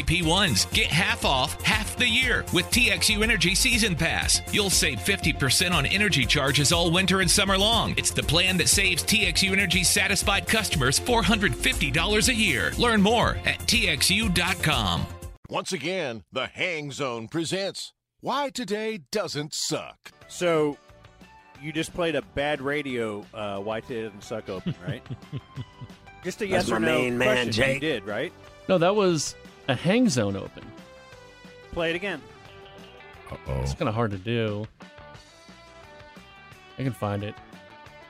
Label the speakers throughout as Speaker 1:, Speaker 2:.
Speaker 1: AP1s. Get half off half the year with TXU Energy Season Pass. You'll save 50% on energy charges all winter and summer long. It's the plan that saves TXU Energy satisfied customers $450 a year. Learn more at TXU.com.
Speaker 2: Once again, the Hang Zone presents Why Today Doesn't Suck.
Speaker 3: So you just played a bad radio uh, Why Today Doesn't Suck open, right? just a yes
Speaker 4: That's my
Speaker 3: or no
Speaker 4: main man,
Speaker 3: question. You
Speaker 4: Jake.
Speaker 3: did, right?
Speaker 5: No, that was a hang zone open.
Speaker 3: Play it again.
Speaker 5: It's kind of hard to do. I can find it.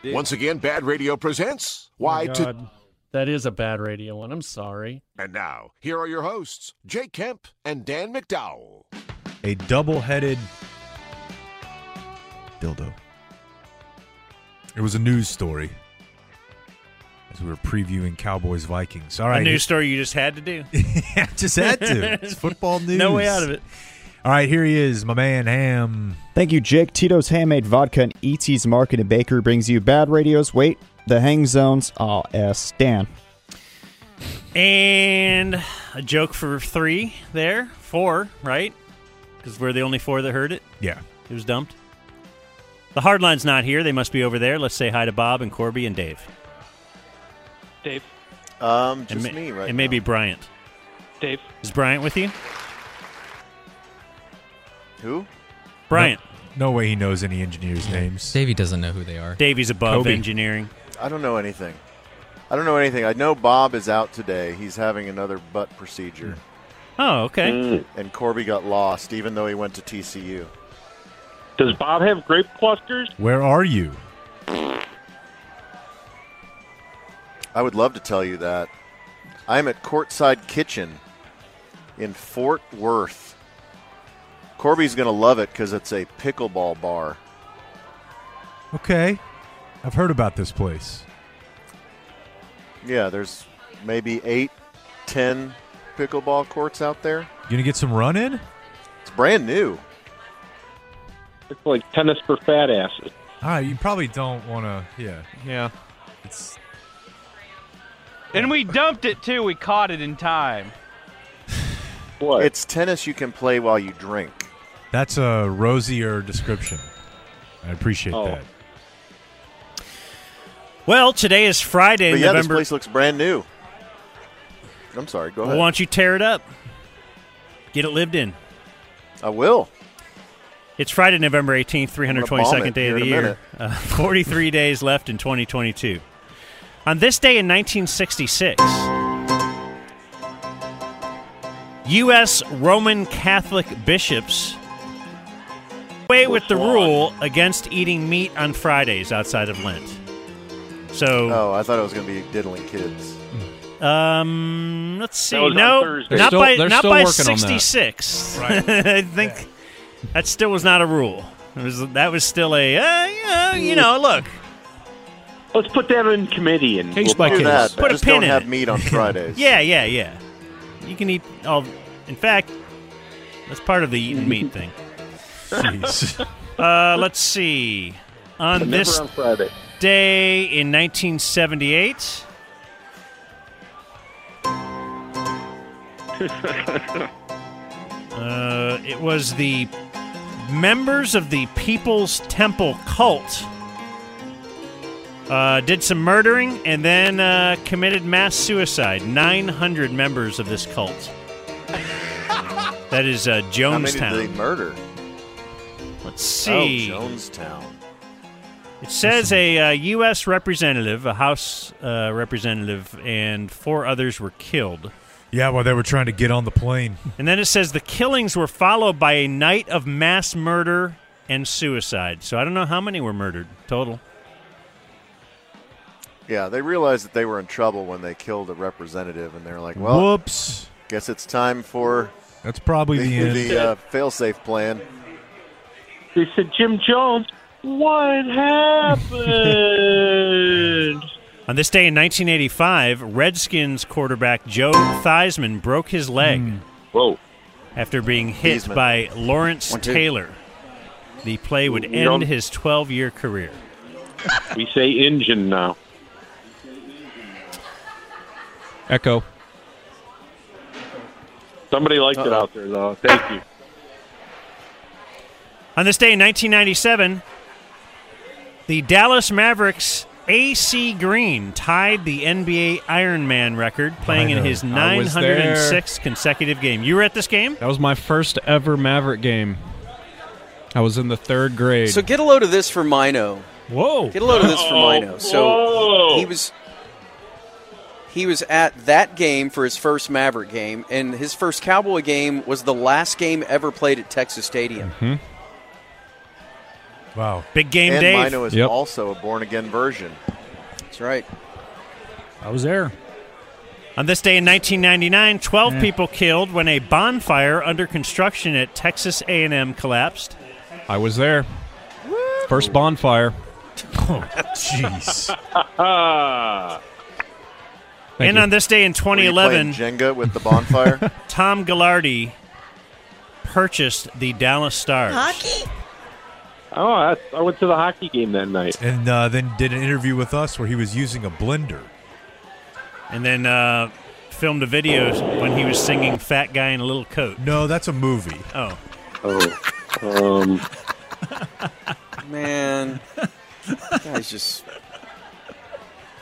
Speaker 3: Did.
Speaker 2: Once again, Bad Radio presents Why
Speaker 5: Oh,
Speaker 2: Today.
Speaker 5: God. That is a bad radio one. I'm sorry.
Speaker 2: And now, here are your hosts, Jake Kemp and Dan McDowell.
Speaker 6: a double-headed dildo. It was a news story as we were previewing Cowboys Vikings. All
Speaker 7: A
Speaker 6: right,
Speaker 7: news story you just had to do.
Speaker 6: I just had to. It's football news.
Speaker 7: No way out of it.
Speaker 6: All right, here he is, my man Ham.
Speaker 8: Thank you, Jake. Tito's Handmade Vodka and E.T.'s Market and Bakery brings you Bad Radio's Wait, The Hang Zones, I'll ask Dan.
Speaker 7: And a joke for three there. Four, right? Because we're the only four that heard it.
Speaker 6: Yeah,
Speaker 7: It was dumped. The hardline's not here. They must be over there. Let's say hi to Bob and Corby and Dave.
Speaker 9: Dave,
Speaker 10: Um,
Speaker 7: and
Speaker 10: just
Speaker 7: ma-
Speaker 10: me right
Speaker 7: And
Speaker 10: now.
Speaker 7: maybe Bryant.
Speaker 9: Dave,
Speaker 7: Is Bryant with you?
Speaker 10: who?
Speaker 7: Bryant.
Speaker 6: no way he knows any engineers' names.
Speaker 11: Davey doesn't know who they are.
Speaker 7: Davey's above
Speaker 6: Kobe.
Speaker 7: engineering.
Speaker 10: I don't know anything. I don't know anything. I know Bob is out today. He's having another butt procedure,
Speaker 7: Oh,
Speaker 6: Mm.
Speaker 7: okay.
Speaker 10: and Corby got lost, even though he went to TCU.
Speaker 9: does Bob have grape clusters?
Speaker 6: Where are you?
Speaker 10: I would love to tell you that. I'm at Courtside Kitchen in Fort Worth. Corby's going to love it because it's a pickleball bar.
Speaker 6: Okay, I've heard about this place.
Speaker 10: Yeah, there's maybe eight, ten pickleball courts out there.
Speaker 6: You gonna get some run in?
Speaker 10: It's brand new.
Speaker 9: It's like tennis for fat asses.
Speaker 6: All right, Ah, you probably don't want to. Yeah,
Speaker 12: Yeah.
Speaker 6: it's
Speaker 12: And we dumped it too. We caught it in time.
Speaker 9: What?
Speaker 10: It's tennis you can play while you drink.
Speaker 6: that's a rosier description. I appreciate
Speaker 9: Oh.
Speaker 6: that.
Speaker 7: Well, today is Friday,
Speaker 10: But yeah, this
Speaker 7: November.
Speaker 10: place looks brand new. I'm sorry. Go
Speaker 7: Well,
Speaker 10: ahead.
Speaker 7: why don't you tear it up? Get it lived in.
Speaker 10: I will.
Speaker 7: It's Friday, November 18th,
Speaker 10: gonna bomb
Speaker 7: 322nd
Speaker 10: it
Speaker 7: day
Speaker 10: here
Speaker 7: of the
Speaker 10: in a
Speaker 7: year.
Speaker 10: minute.
Speaker 7: Uh, 43 days left in 2022. On this day in 1966, U.S. Roman Catholic bishops away with the rule against eating meat on Fridays outside of Lent. So,
Speaker 10: Oh, I thought it was going to be diddling kids.
Speaker 7: um, let's see.
Speaker 9: That was on
Speaker 7: No,
Speaker 9: Thursday.
Speaker 11: They're
Speaker 7: not
Speaker 11: still-
Speaker 7: by
Speaker 11: they're
Speaker 7: not
Speaker 11: still
Speaker 7: by
Speaker 11: working on that.
Speaker 7: 66.
Speaker 6: Right.
Speaker 7: I think that still was not a rule. It was, that was still a, uh, you know, look.
Speaker 9: Let's put that in committee and
Speaker 11: Case
Speaker 9: we'll
Speaker 11: by
Speaker 9: do
Speaker 10: Do
Speaker 11: case.
Speaker 10: that, but
Speaker 7: Put a
Speaker 10: just
Speaker 7: pin
Speaker 10: don't
Speaker 7: in
Speaker 10: have
Speaker 7: it.
Speaker 10: meat on Fridays.
Speaker 7: Yeah, yeah, yeah. You can eat all. In fact, that's part of the eating meat thing.
Speaker 6: Jeez.
Speaker 7: Uh, let's see. On
Speaker 9: Never
Speaker 7: this
Speaker 9: on Friday.
Speaker 7: day in 1978, uh, it was the members of the People's Temple cult uh, did some murdering and then uh, committed mass suicide. 900 members of this cult. that is uh,
Speaker 10: How many did they
Speaker 7: Jonestown.
Speaker 10: murder?
Speaker 7: Let's see.
Speaker 10: Oh, Jonestown.
Speaker 7: It says a uh, U.S. representative, a House uh, representative, and four others were killed.
Speaker 6: yeah, while they were trying to get on the plane.
Speaker 7: And then it says the killings were followed by a night of mass murder and suicide. So I don't know how many were murdered total.
Speaker 10: Yeah, they realized that they were in trouble when they killed a representative, and they're like, "Well,
Speaker 6: Whoops.
Speaker 10: guess it's time for
Speaker 6: That's probably the
Speaker 10: the,
Speaker 6: end.
Speaker 10: the uh, fail-safe plan."
Speaker 9: They said, Jim Jones, what happened?
Speaker 7: On this day in 1985, Redskins quarterback Joe Theismann broke his leg
Speaker 9: Whoa.
Speaker 7: after being hit
Speaker 10: Theismann.
Speaker 7: by Lawrence
Speaker 10: One, two.
Speaker 7: Taylor. The play would
Speaker 9: We don't-
Speaker 7: end his 12-year career.
Speaker 9: We say engine now.
Speaker 11: Echo.
Speaker 9: Somebody liked it out there, though. Thank you.
Speaker 7: On this day in 1997, the Dallas Mavericks AC Green tied the NBA Iron Man record, playing
Speaker 4: I
Speaker 7: in
Speaker 4: know.
Speaker 7: his
Speaker 4: I was there.
Speaker 7: 906th consecutive game. You were at this game?
Speaker 4: That was my first ever Maverick game. I was in the third grade.
Speaker 10: So get a load of this for Mino.
Speaker 4: Whoa!
Speaker 10: Get a load of this for
Speaker 4: Oh,
Speaker 10: Mino. So he was he was at that game for his first Maverick game, and his first Cowboy game was the last game ever played at Texas
Speaker 7: Mhm.
Speaker 10: Stadium.
Speaker 6: Wow.
Speaker 7: Big game,
Speaker 13: and
Speaker 7: Dave.
Speaker 13: Mino is
Speaker 7: Yep.
Speaker 13: also a born again version.
Speaker 10: That's right.
Speaker 7: I was there. On this day in 1999, 12
Speaker 4: Yeah.
Speaker 7: people killed when a bonfire under construction at Texas A&M collapsed.
Speaker 4: I was there. First bonfire.
Speaker 7: Oh,
Speaker 6: jeez.
Speaker 9: Ah.
Speaker 4: Thank
Speaker 7: and
Speaker 4: you.
Speaker 7: on this day in
Speaker 13: Were you
Speaker 7: 2011,
Speaker 13: playing Jenga with the bonfire.
Speaker 7: Tom Gallardi purchased the Dallas Stars.
Speaker 9: Hockey? Oh, I, I went to the hockey game that night.
Speaker 6: And uh, then did an interview with us where he was using a blender.
Speaker 7: And then uh, filmed a video when he was singing Fat Guy in a Little Coat.
Speaker 6: No, that's a movie.
Speaker 7: Oh.
Speaker 9: Oh, um,
Speaker 10: Man, guys, just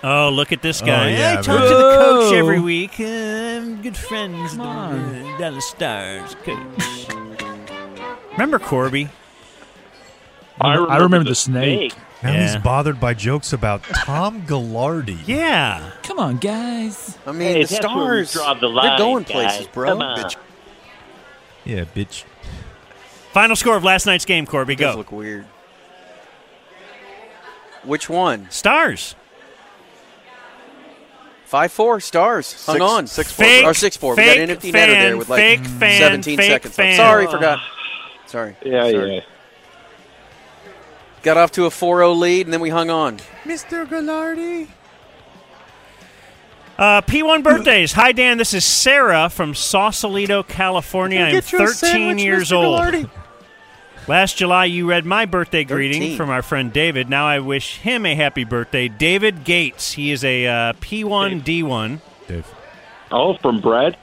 Speaker 7: Oh, look at this
Speaker 10: Oh,
Speaker 7: guy.
Speaker 10: yeah,
Speaker 7: I
Speaker 10: man.
Speaker 7: talk to the coach
Speaker 10: Whoa.
Speaker 7: every week. Uh, I'm good friends with the uh, Dallas Stars coach. Remember Corby?
Speaker 6: I remember,
Speaker 7: the the snake. snake.
Speaker 6: Now he's
Speaker 7: Yeah.
Speaker 6: bothered by jokes about Tom Gallardi.
Speaker 7: Yeah.
Speaker 10: come on, guys. I mean,
Speaker 14: Hey,
Speaker 10: the
Speaker 14: that's where we
Speaker 10: stars
Speaker 14: draw the
Speaker 10: they're
Speaker 14: line,
Speaker 10: going
Speaker 14: guys.
Speaker 10: places, bro.
Speaker 14: Come on.
Speaker 10: Bitch.
Speaker 6: Yeah, bitch.
Speaker 7: Final score of last night's game, Corby.
Speaker 10: Does
Speaker 7: Go.
Speaker 10: look weird. Which one?
Speaker 7: Stars.
Speaker 10: Five four stars. Hung
Speaker 7: Six-
Speaker 10: on.
Speaker 7: six, four. Fake,
Speaker 10: or six four. we got
Speaker 7: fake
Speaker 10: an empty netter
Speaker 7: fan,
Speaker 10: there with like
Speaker 7: fake fan,
Speaker 10: seventeen
Speaker 7: fake
Speaker 10: seconds.
Speaker 7: fan.
Speaker 10: Left. Sorry,
Speaker 7: Oh.
Speaker 10: forgot. Sorry.
Speaker 9: yeah,
Speaker 10: Sorry.
Speaker 9: yeah.
Speaker 10: Got off to a 4-0 lead and then we hung on.
Speaker 6: Mr. Gallardi.
Speaker 7: Uh, P1 birthdays. Hi, Dan. This is Sarah from Sausalito, California. I'm 13 years old. Last July, you read my birthday greeting
Speaker 10: 13.
Speaker 7: from our friend David. Now I wish him a happy birthday. David Gates. He is a uh, P1D1.
Speaker 6: Dave.
Speaker 9: Oh, from Brad?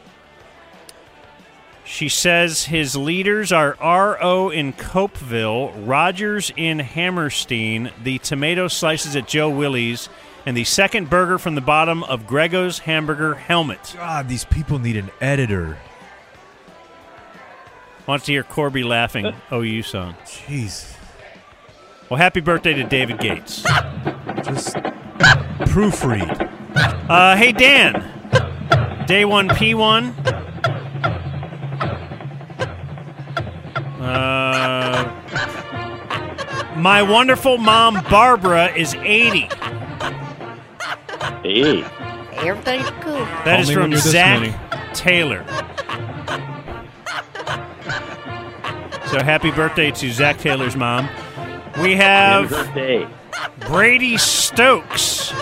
Speaker 7: She says his leaders are R.O. in Copeville, Rogers in Hammerstein, the tomato slices at Joe Willie's, and the second burger from the bottom of Grego's Hamburger Helmet.
Speaker 6: God, these people need an editor.
Speaker 7: Wants to hear Corby laughing. OU song.
Speaker 6: Jeez.
Speaker 7: Well, happy birthday to David Gates.
Speaker 6: Just proofread.
Speaker 7: Uh, hey, Dan. Day one, P1. Uh, my wonderful mom, Barbara, is 80.
Speaker 9: Hey.
Speaker 15: Everything's cool.
Speaker 7: That is
Speaker 4: Only when
Speaker 7: from
Speaker 4: you're this
Speaker 7: Zach Taylor. So happy birthday to Zach Taylor's mom. We have Brady Stokes.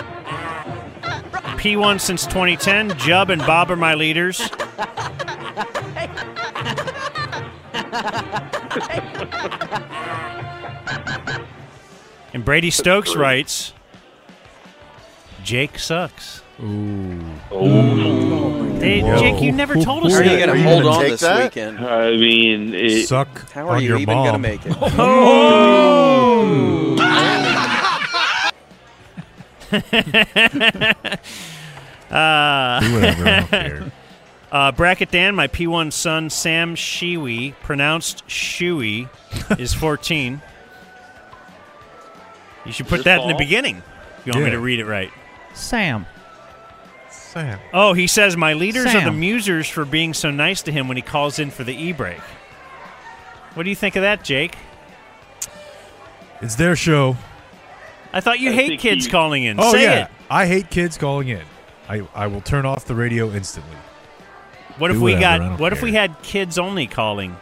Speaker 7: P1 since 2010. Jub and Bob are my leaders. And Brady Stokes writes Jake sucks. Ooh. Hey,
Speaker 9: Whoa.
Speaker 7: Jake, you never told us
Speaker 9: Are you
Speaker 7: that.
Speaker 9: gonna Are you hold gonna on take
Speaker 10: this that? weekend?
Speaker 9: I mean, it,
Speaker 6: suck.
Speaker 10: How are you even going to make it?
Speaker 6: Oh.
Speaker 7: uh,
Speaker 10: Do whatever, I don't care.
Speaker 7: uh, Bracket Dan, my P1 son, Sam Shiwi, pronounced Shuey, is 14. You should put
Speaker 4: Your
Speaker 7: that in the
Speaker 4: fault.
Speaker 7: beginning. You want me
Speaker 4: Yeah.
Speaker 7: to read it right?
Speaker 4: Sam.
Speaker 6: Sam.
Speaker 7: Oh, he says, my leaders are the
Speaker 4: Sam.
Speaker 7: musers for being so nice to him when he calls in for the e-break. What do you think of that, Jake?
Speaker 6: It's their show.
Speaker 7: I thought you hate kids calling in.
Speaker 6: Oh
Speaker 7: Say
Speaker 6: yeah,
Speaker 7: it.
Speaker 6: I hate kids calling in. I I will turn off the radio instantly.
Speaker 7: What if
Speaker 6: Do
Speaker 7: we
Speaker 6: whatever, I
Speaker 7: got?
Speaker 6: don't
Speaker 7: What if we had kids only calling?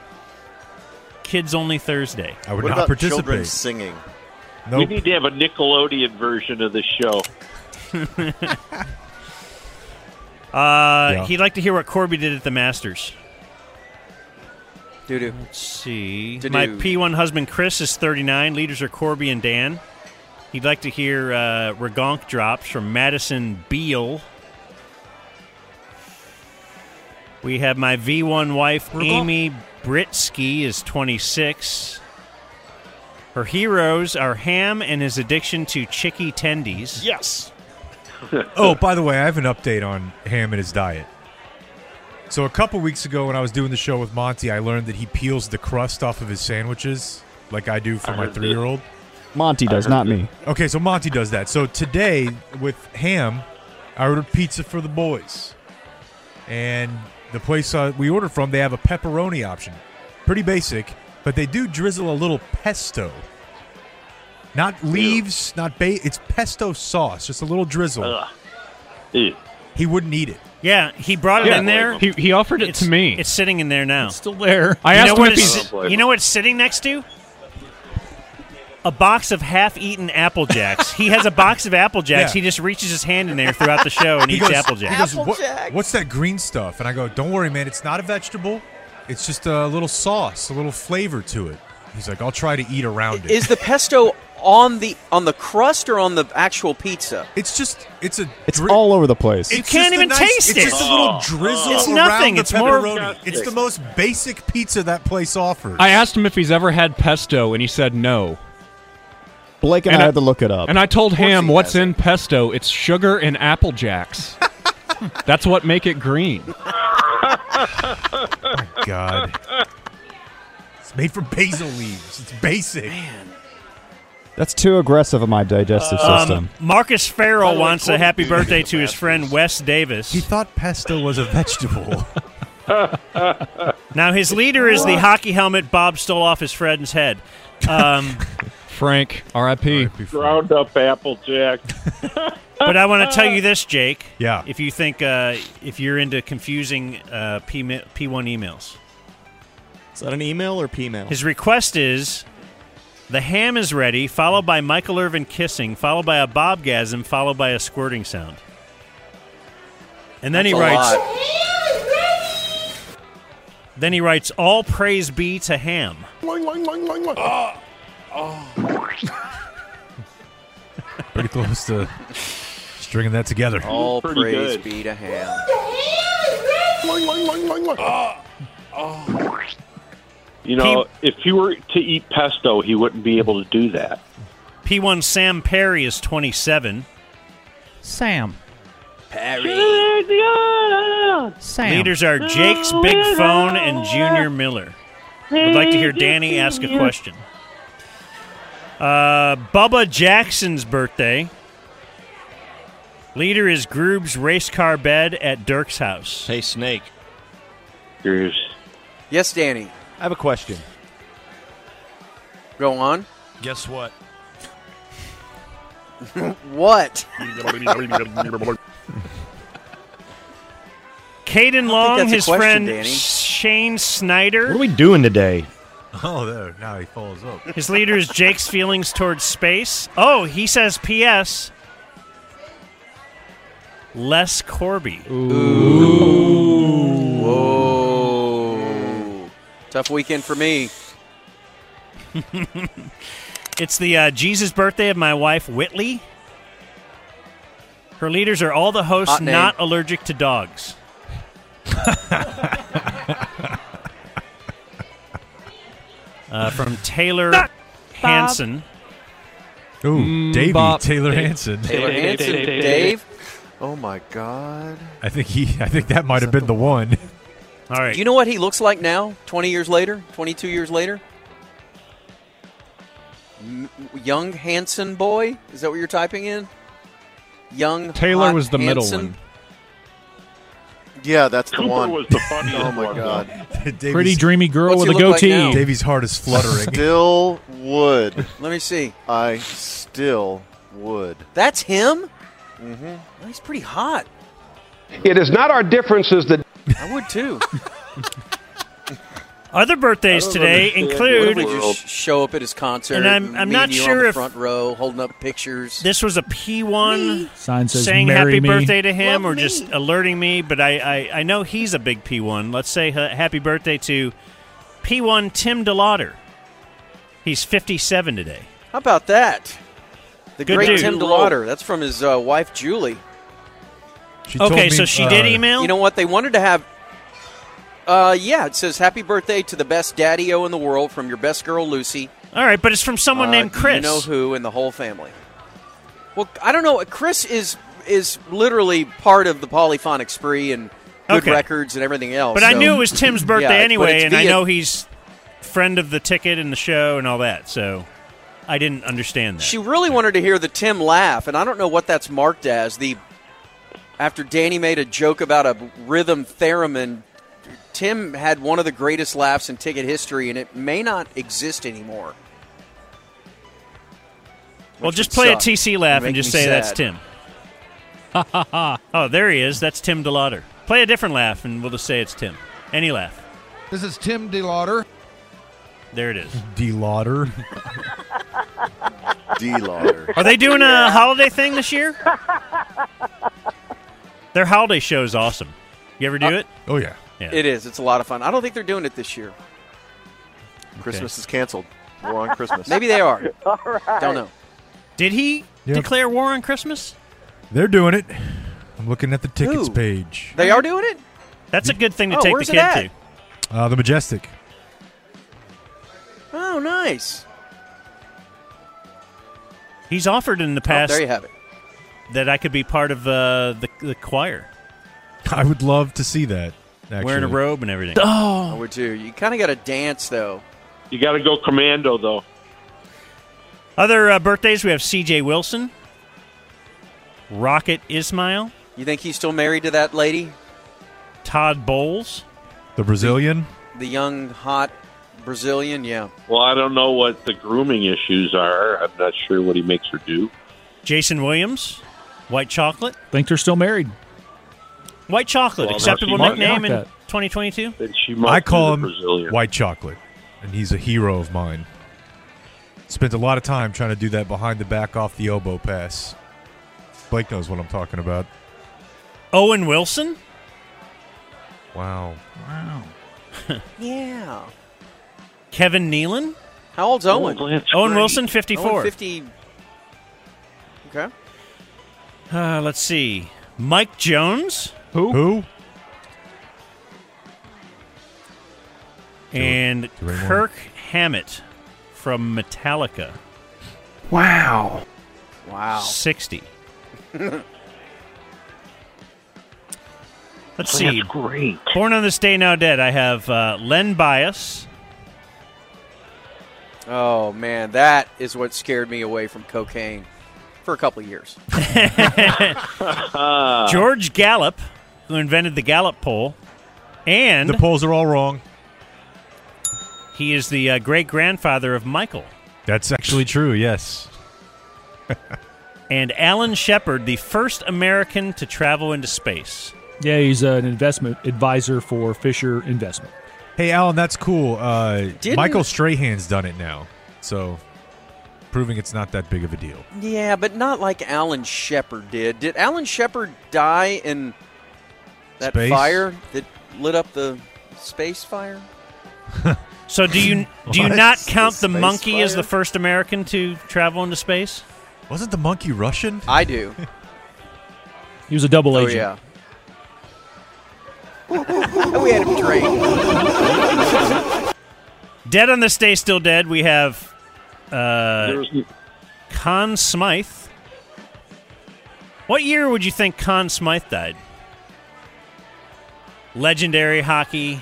Speaker 7: Kids only Thursday.
Speaker 6: I
Speaker 13: what about children singing?
Speaker 9: We need to have a Nickelodeon version of the show.
Speaker 7: Uh,
Speaker 9: Yeah.
Speaker 7: He'd like to hear what Corby did at the Masters.
Speaker 10: Doo doo.
Speaker 7: Let's see.
Speaker 10: Doo-doo.
Speaker 7: My P1 husband Chris is 39. Leaders are Corby and Dan. He'd like to hear uh, Regonk drops from Madison Beal. We have my V1 wife,
Speaker 14: We're go-
Speaker 7: Amy Britsky, is 26. Her heroes are Ham and his addiction to chicky tendies.
Speaker 14: Yes.
Speaker 6: oh, by the way, I have an update on Ham and his diet. So a couple weeks ago, when I was doing the show with Monty, I learned that he peels the crust off of his sandwiches, like I do for
Speaker 8: I
Speaker 6: my
Speaker 8: heard that.
Speaker 6: three-year-old.
Speaker 8: Monty does, not me.
Speaker 6: Okay, so Monty does that. So today with ham, I ordered pizza for the boys, and the place uh, we ordered from they have a pepperoni option, pretty basic, but they do drizzle a little pesto. Not leaves, not bait. It's pesto sauce, just a little drizzle. He wouldn't eat it.
Speaker 7: Yeah, he brought it
Speaker 6: Yeah,
Speaker 7: in there.
Speaker 6: he- he offered it to
Speaker 7: It's-
Speaker 6: me.
Speaker 7: It's sitting in there now.
Speaker 5: still there.
Speaker 6: I asked him if
Speaker 7: it's-
Speaker 6: he's-
Speaker 7: You know what it's sitting next to? A box of half-eaten Apple Jacks. he has a box of Apple Jacks.
Speaker 6: Yeah.
Speaker 7: He just reaches his hand in there throughout the show and
Speaker 6: He
Speaker 7: eats
Speaker 6: goes-
Speaker 7: Apple Jacks.
Speaker 6: he goes, "What- What's that green stuff? And I go, don't worry, man. It's not a vegetable. It's just a little sauce, a little flavor to it. He's like, I'll try to eat around it.
Speaker 10: Is the pesto on the on the crust or on the actual pizza?
Speaker 6: It's just it's a
Speaker 8: It's all over the place.
Speaker 10: You can't
Speaker 6: just a
Speaker 10: even taste
Speaker 6: It's just
Speaker 10: it.
Speaker 6: a little
Speaker 10: Oh.
Speaker 6: drizzle
Speaker 10: It's
Speaker 6: around
Speaker 10: nothing.
Speaker 6: the
Speaker 10: It's more-
Speaker 6: pepperoni. it's the most basic pizza that place offers.
Speaker 4: I asked him if he's ever had pesto, and he said no.
Speaker 8: Blake and, I had to look it up.
Speaker 4: And I told
Speaker 8: Of course
Speaker 4: him
Speaker 8: he
Speaker 4: what's
Speaker 8: has
Speaker 4: in pesto. It's sugar and apple jacks. That's what make it green.
Speaker 6: God. It's made from basil leaves. It's basic.
Speaker 8: That's too aggressive of my digestive system.
Speaker 7: Marcus
Speaker 6: By
Speaker 7: Farrell
Speaker 6: the way,
Speaker 7: wants a
Speaker 6: Corbin
Speaker 7: happy birthday
Speaker 6: Dewey is the
Speaker 7: to his friend Wes Davis. He
Speaker 6: thought pesto was a vegetable.
Speaker 7: now his leader is the hockey helmet Bob stole off his friend's head. Um,
Speaker 4: Frank, R.I.P.
Speaker 9: Ground up apple jack.
Speaker 7: but I want to tell you this, Jake.
Speaker 6: Yeah.
Speaker 7: If you think uh, if you're into confusing uh, P P one emails,
Speaker 14: Is that an email or P-mail?
Speaker 7: his request is the ham is ready, followed by Michael Irvin kissing, followed by a bobgasm, followed by a squirting sound. And then
Speaker 14: That's a
Speaker 7: he writes.
Speaker 14: lot.
Speaker 7: Then he writes, "All praise be to ham."
Speaker 6: Pretty close to stringing that together.
Speaker 10: All
Speaker 14: Pretty
Speaker 10: praise
Speaker 14: good.
Speaker 10: be to ham.
Speaker 9: Ah, You know, if he were to eat pesto, he wouldn't be able to do that.
Speaker 7: P1 Sam Perry is 27.
Speaker 14: Sam. Sam.
Speaker 7: Leaders are Jake's Big Phone and Junior Miller. Would like to hear Danny ask a question. Uh, Bubba Jackson's birthday. Leader is Groove's race car bed at Dirk's house.
Speaker 14: Hey, Snake.
Speaker 9: Grooves.
Speaker 10: Yes, Danny.
Speaker 14: I have a question.
Speaker 10: Go on.
Speaker 14: Guess what?
Speaker 10: What?
Speaker 7: Caden Long,
Speaker 14: that's a
Speaker 7: his
Speaker 14: question,
Speaker 7: friend
Speaker 14: Danny.
Speaker 7: Shane Snyder.
Speaker 14: What are we doing today?
Speaker 6: Oh, there. Now he follows up.
Speaker 7: His leader is Jake's feelings towards space. Oh, he says P.S. Less Corby.
Speaker 10: Whoa. Oh. Tough weekend for me.
Speaker 7: It's the uh, Jesus birthday of my wife, Whitley. Her leaders are all the hosts
Speaker 10: Hot name.
Speaker 7: not allergic to dogs. uh, from Taylor Hanson.
Speaker 6: Ooh,
Speaker 7: Mm,
Speaker 6: Davey,
Speaker 7: bop.
Speaker 6: Taylor
Speaker 7: Dave-
Speaker 6: Hanson.
Speaker 10: Taylor
Speaker 7: Dave,
Speaker 10: Hanson,
Speaker 7: Dave,
Speaker 10: Dave.
Speaker 7: Dave,
Speaker 10: Oh my God.
Speaker 6: I think he. I think that might have been the one.
Speaker 7: All right.
Speaker 10: Do you know what he looks like now? Twenty years later, twenty-two years later. M- young Hanson boy. Is that what you're typing in? Young
Speaker 4: Taylor
Speaker 10: hot
Speaker 4: was the middle
Speaker 10: Hanson?
Speaker 4: one.
Speaker 13: Yeah, that's the
Speaker 10: Cooper
Speaker 13: one.
Speaker 10: was the funniest
Speaker 13: oh my
Speaker 10: one,
Speaker 13: god.
Speaker 4: Pretty dreamy girl What's he with a look like goatee. now?
Speaker 6: Davey's heart is fluttering.
Speaker 13: Still would.
Speaker 10: Let me see.
Speaker 13: I still would.
Speaker 10: That's him. Mm-hmm. He's pretty hot.
Speaker 16: It is not our differences that
Speaker 10: I would too.
Speaker 7: Other birthdays today
Speaker 10: Why
Speaker 7: include.
Speaker 10: would you sh- show up at his concert.
Speaker 7: And I'm- I'm
Speaker 10: me
Speaker 7: not
Speaker 10: and you on
Speaker 7: sure
Speaker 10: the
Speaker 7: if-
Speaker 10: front row holding up pictures.
Speaker 7: This was a P1
Speaker 14: Sign says,
Speaker 7: saying
Speaker 14: "Marry
Speaker 7: happy
Speaker 14: me."
Speaker 7: birthday to him
Speaker 14: Love
Speaker 7: or just alerting me, but I, I, I know he's a big P1. Let's say ha- happy birthday to P1 Tim DeLauder. He's 57 today.
Speaker 10: How about that? The
Speaker 7: Good
Speaker 10: great
Speaker 7: dude.
Speaker 10: Tim DeLauder. That's from his uh, wife Julie.
Speaker 7: Okay, so she did email.
Speaker 6: uh,
Speaker 14: uh,
Speaker 10: You know what? They wanted to have Uh, yeah, it says happy birthday to the best daddy o in the world from your best girl Lucy.
Speaker 7: All right, but it's from someone
Speaker 10: Uh,
Speaker 7: named Chris.
Speaker 10: You know who and the whole family. Well, I don't know. Chris is is literally part of the polyphonic spree and good
Speaker 7: Okay.
Speaker 10: records and everything else.
Speaker 7: But I
Speaker 10: so-
Speaker 7: knew it was Tim's
Speaker 10: Yeah,
Speaker 7: birthday
Speaker 10: but
Speaker 7: anyway,
Speaker 10: it's
Speaker 7: and I
Speaker 10: via-
Speaker 7: know he's friend of the ticket and the show and all that. So I didn't understand that.
Speaker 10: She really wanted to hear the Tim laugh, and I don't know what that's marked as. The after Danny made a joke about a rhythm theremin, Tim had one of the greatest laughs in ticket history, and it may not exist anymore.
Speaker 7: well,
Speaker 10: Which
Speaker 7: just
Speaker 10: would
Speaker 7: play
Speaker 10: suck.
Speaker 7: a TC laugh
Speaker 10: Make
Speaker 7: and just
Speaker 10: me
Speaker 7: say that's
Speaker 10: sad.
Speaker 7: Tim. oh, there he is. That's Tim DeLauder. Play a different laugh, and we'll just say it's Tim. Any laugh.
Speaker 17: This is Tim DeLauder.
Speaker 7: There it is.
Speaker 6: Delauder.
Speaker 13: Delauder.
Speaker 7: Are they doing a holiday thing this year? Their holiday show is awesome. You ever do
Speaker 10: Uh,
Speaker 7: it?
Speaker 6: Oh yeah.
Speaker 7: Yeah.
Speaker 10: It is. It's a lot of fun. I don't think they're doing it this year.
Speaker 13: Christmas is canceled. We're on Christmas.
Speaker 10: Maybe they are. Don't know.
Speaker 7: Did he
Speaker 6: Yep.
Speaker 7: declare war on Christmas?
Speaker 6: They're doing it. I'm looking at the tickets page.
Speaker 10: They are doing it.
Speaker 7: That's a good thing to
Speaker 10: Oh,
Speaker 7: take the
Speaker 10: where's it
Speaker 7: kid
Speaker 10: at?
Speaker 7: to.
Speaker 6: Uh, the Majestic.
Speaker 10: Oh, nice.
Speaker 7: He's offered in the past.
Speaker 10: Oh, there you have it.
Speaker 7: That I could be part of uh, the the choir,
Speaker 6: I would love to see that. Actually.
Speaker 7: wearing a robe and everything.
Speaker 10: I would too. Oh, You kind of got to dance though.
Speaker 9: You got to go commando, though.
Speaker 7: Other uh, birthdays we have C.J. Wilson, Rocket Ismail,
Speaker 10: You think he's still married to that lady,
Speaker 7: Todd Bowles.
Speaker 6: The Brazilian.
Speaker 10: the young hot Brazilian? Yeah.
Speaker 9: Well, I don't know what the grooming issues are. I'm not sure what he makes her do.
Speaker 7: Jason Williams, White Chocolate.
Speaker 4: Think they're still married.
Speaker 7: White Chocolate,
Speaker 9: Well, now
Speaker 7: acceptable
Speaker 9: she might
Speaker 7: nickname
Speaker 9: not
Speaker 7: in
Speaker 9: that.
Speaker 7: 2022.
Speaker 9: Then she
Speaker 6: I
Speaker 9: must
Speaker 6: call
Speaker 9: be
Speaker 6: him
Speaker 9: the Brazilian.
Speaker 6: White Chocolate, and he's a hero of mine. Spent a lot of time trying to do that behind the back off the elbow pass. Blake knows what I'm talking about.
Speaker 7: Owen Wilson.
Speaker 6: Wow.
Speaker 7: Wow.
Speaker 10: Yeah.
Speaker 7: Kevin Nealon.
Speaker 10: How old's Owen?
Speaker 7: Owen Wilson, 54.
Speaker 10: Owen Fifty. Okay.
Speaker 7: Uh, let's see. Mike Jones.
Speaker 4: Who?
Speaker 6: Who?
Speaker 7: And
Speaker 6: Do we want-
Speaker 7: Kirk Hammett from Metallica.
Speaker 17: Wow.
Speaker 10: Wow.
Speaker 7: 60. Let's
Speaker 17: That's
Speaker 7: see.
Speaker 17: great.
Speaker 7: Born on this day, now dead. I have uh, Len Bias.
Speaker 10: Oh man, that is what scared me away from cocaine for a couple of years.
Speaker 7: George Gallup, who invented the Gallup poll, and
Speaker 6: The polls are all wrong.
Speaker 7: he is the uh, great grandfather of Michael.
Speaker 6: That's actually true, yes.
Speaker 7: And Alan Shepard, the first American to travel into space.
Speaker 18: Yeah, he's an investment advisor for Fisher Investment.
Speaker 6: Hey, Alan, that's cool. Uh,
Speaker 10: Didn't-
Speaker 6: Michael Strahan's done it now, so proving it's not that big of a deal.
Speaker 10: yeah, but not like Alan Shepard did. Did Alan Shepard die in that
Speaker 6: Space?
Speaker 10: fire that lit up the space fire?
Speaker 7: So do you do you
Speaker 6: What?
Speaker 7: not count the,
Speaker 6: The space
Speaker 7: monkey as
Speaker 10: fire?
Speaker 7: the first American to travel into space?
Speaker 6: Wasn't the monkey Russian?
Speaker 10: I do.
Speaker 18: He was a double
Speaker 10: Oh
Speaker 18: agent.
Speaker 10: yeah. we had him trained.
Speaker 7: Dead on this day, still dead. We have
Speaker 9: There
Speaker 7: uh,
Speaker 9: was-
Speaker 7: Con Smythe. What year would you think Con Smythe died? Legendary hockey.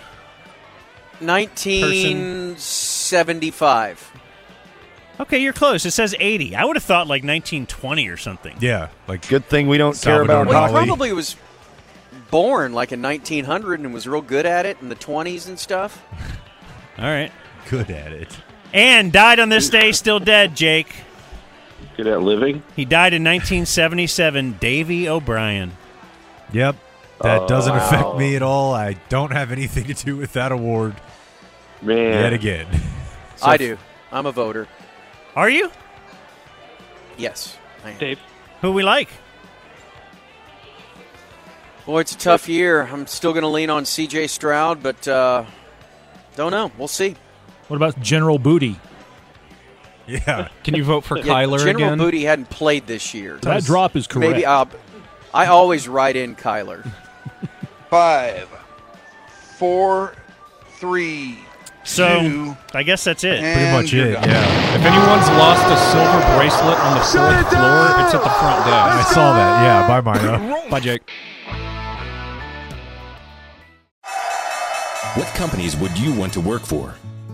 Speaker 10: 1975.
Speaker 7: Okay, you're close. It says 80. I would have thought like 1920 or something.
Speaker 6: Yeah, like
Speaker 14: good thing we don't care
Speaker 6: Salvador
Speaker 14: about
Speaker 10: Well, he
Speaker 14: hockey.
Speaker 10: probably was born like in 1900 and was real good at it in the 20s and stuff.
Speaker 7: All right.
Speaker 6: Good at it.
Speaker 7: And died on this day, still dead, Jake.
Speaker 9: Good at living.
Speaker 7: He died in 1977, Davy O'Brien.
Speaker 6: Yep. That doesn't affect
Speaker 7: Wow.
Speaker 6: me at all. I don't have anything to do with that award.
Speaker 9: Man.
Speaker 6: Yet again.
Speaker 10: I do. I'm a voter.
Speaker 7: Are you?
Speaker 10: Yes. I am.
Speaker 12: Dave.
Speaker 7: Who we like?
Speaker 10: Boy, it's a tough year. I'm still going to lean on CJ Stroud, but uh, don't know. We'll see.
Speaker 18: What about General Booty?
Speaker 6: Yeah.
Speaker 4: Can you vote for
Speaker 10: Yeah,
Speaker 4: Kyler
Speaker 10: General
Speaker 4: again?
Speaker 10: Booty hadn't played this year.
Speaker 18: So that drop is correct.
Speaker 10: Maybe uh, I always write in Kyler.
Speaker 19: Five, four, three.
Speaker 7: So
Speaker 19: two,
Speaker 7: I guess that's it.
Speaker 19: Pretty much
Speaker 7: it.
Speaker 4: Yeah. If anyone's lost a silver bracelet on the fourth floor, it's at the front
Speaker 6: I
Speaker 4: desk.
Speaker 6: saw that. Yeah, bye, Myra.
Speaker 4: Bye, Jake.
Speaker 1: What companies would you want to work for?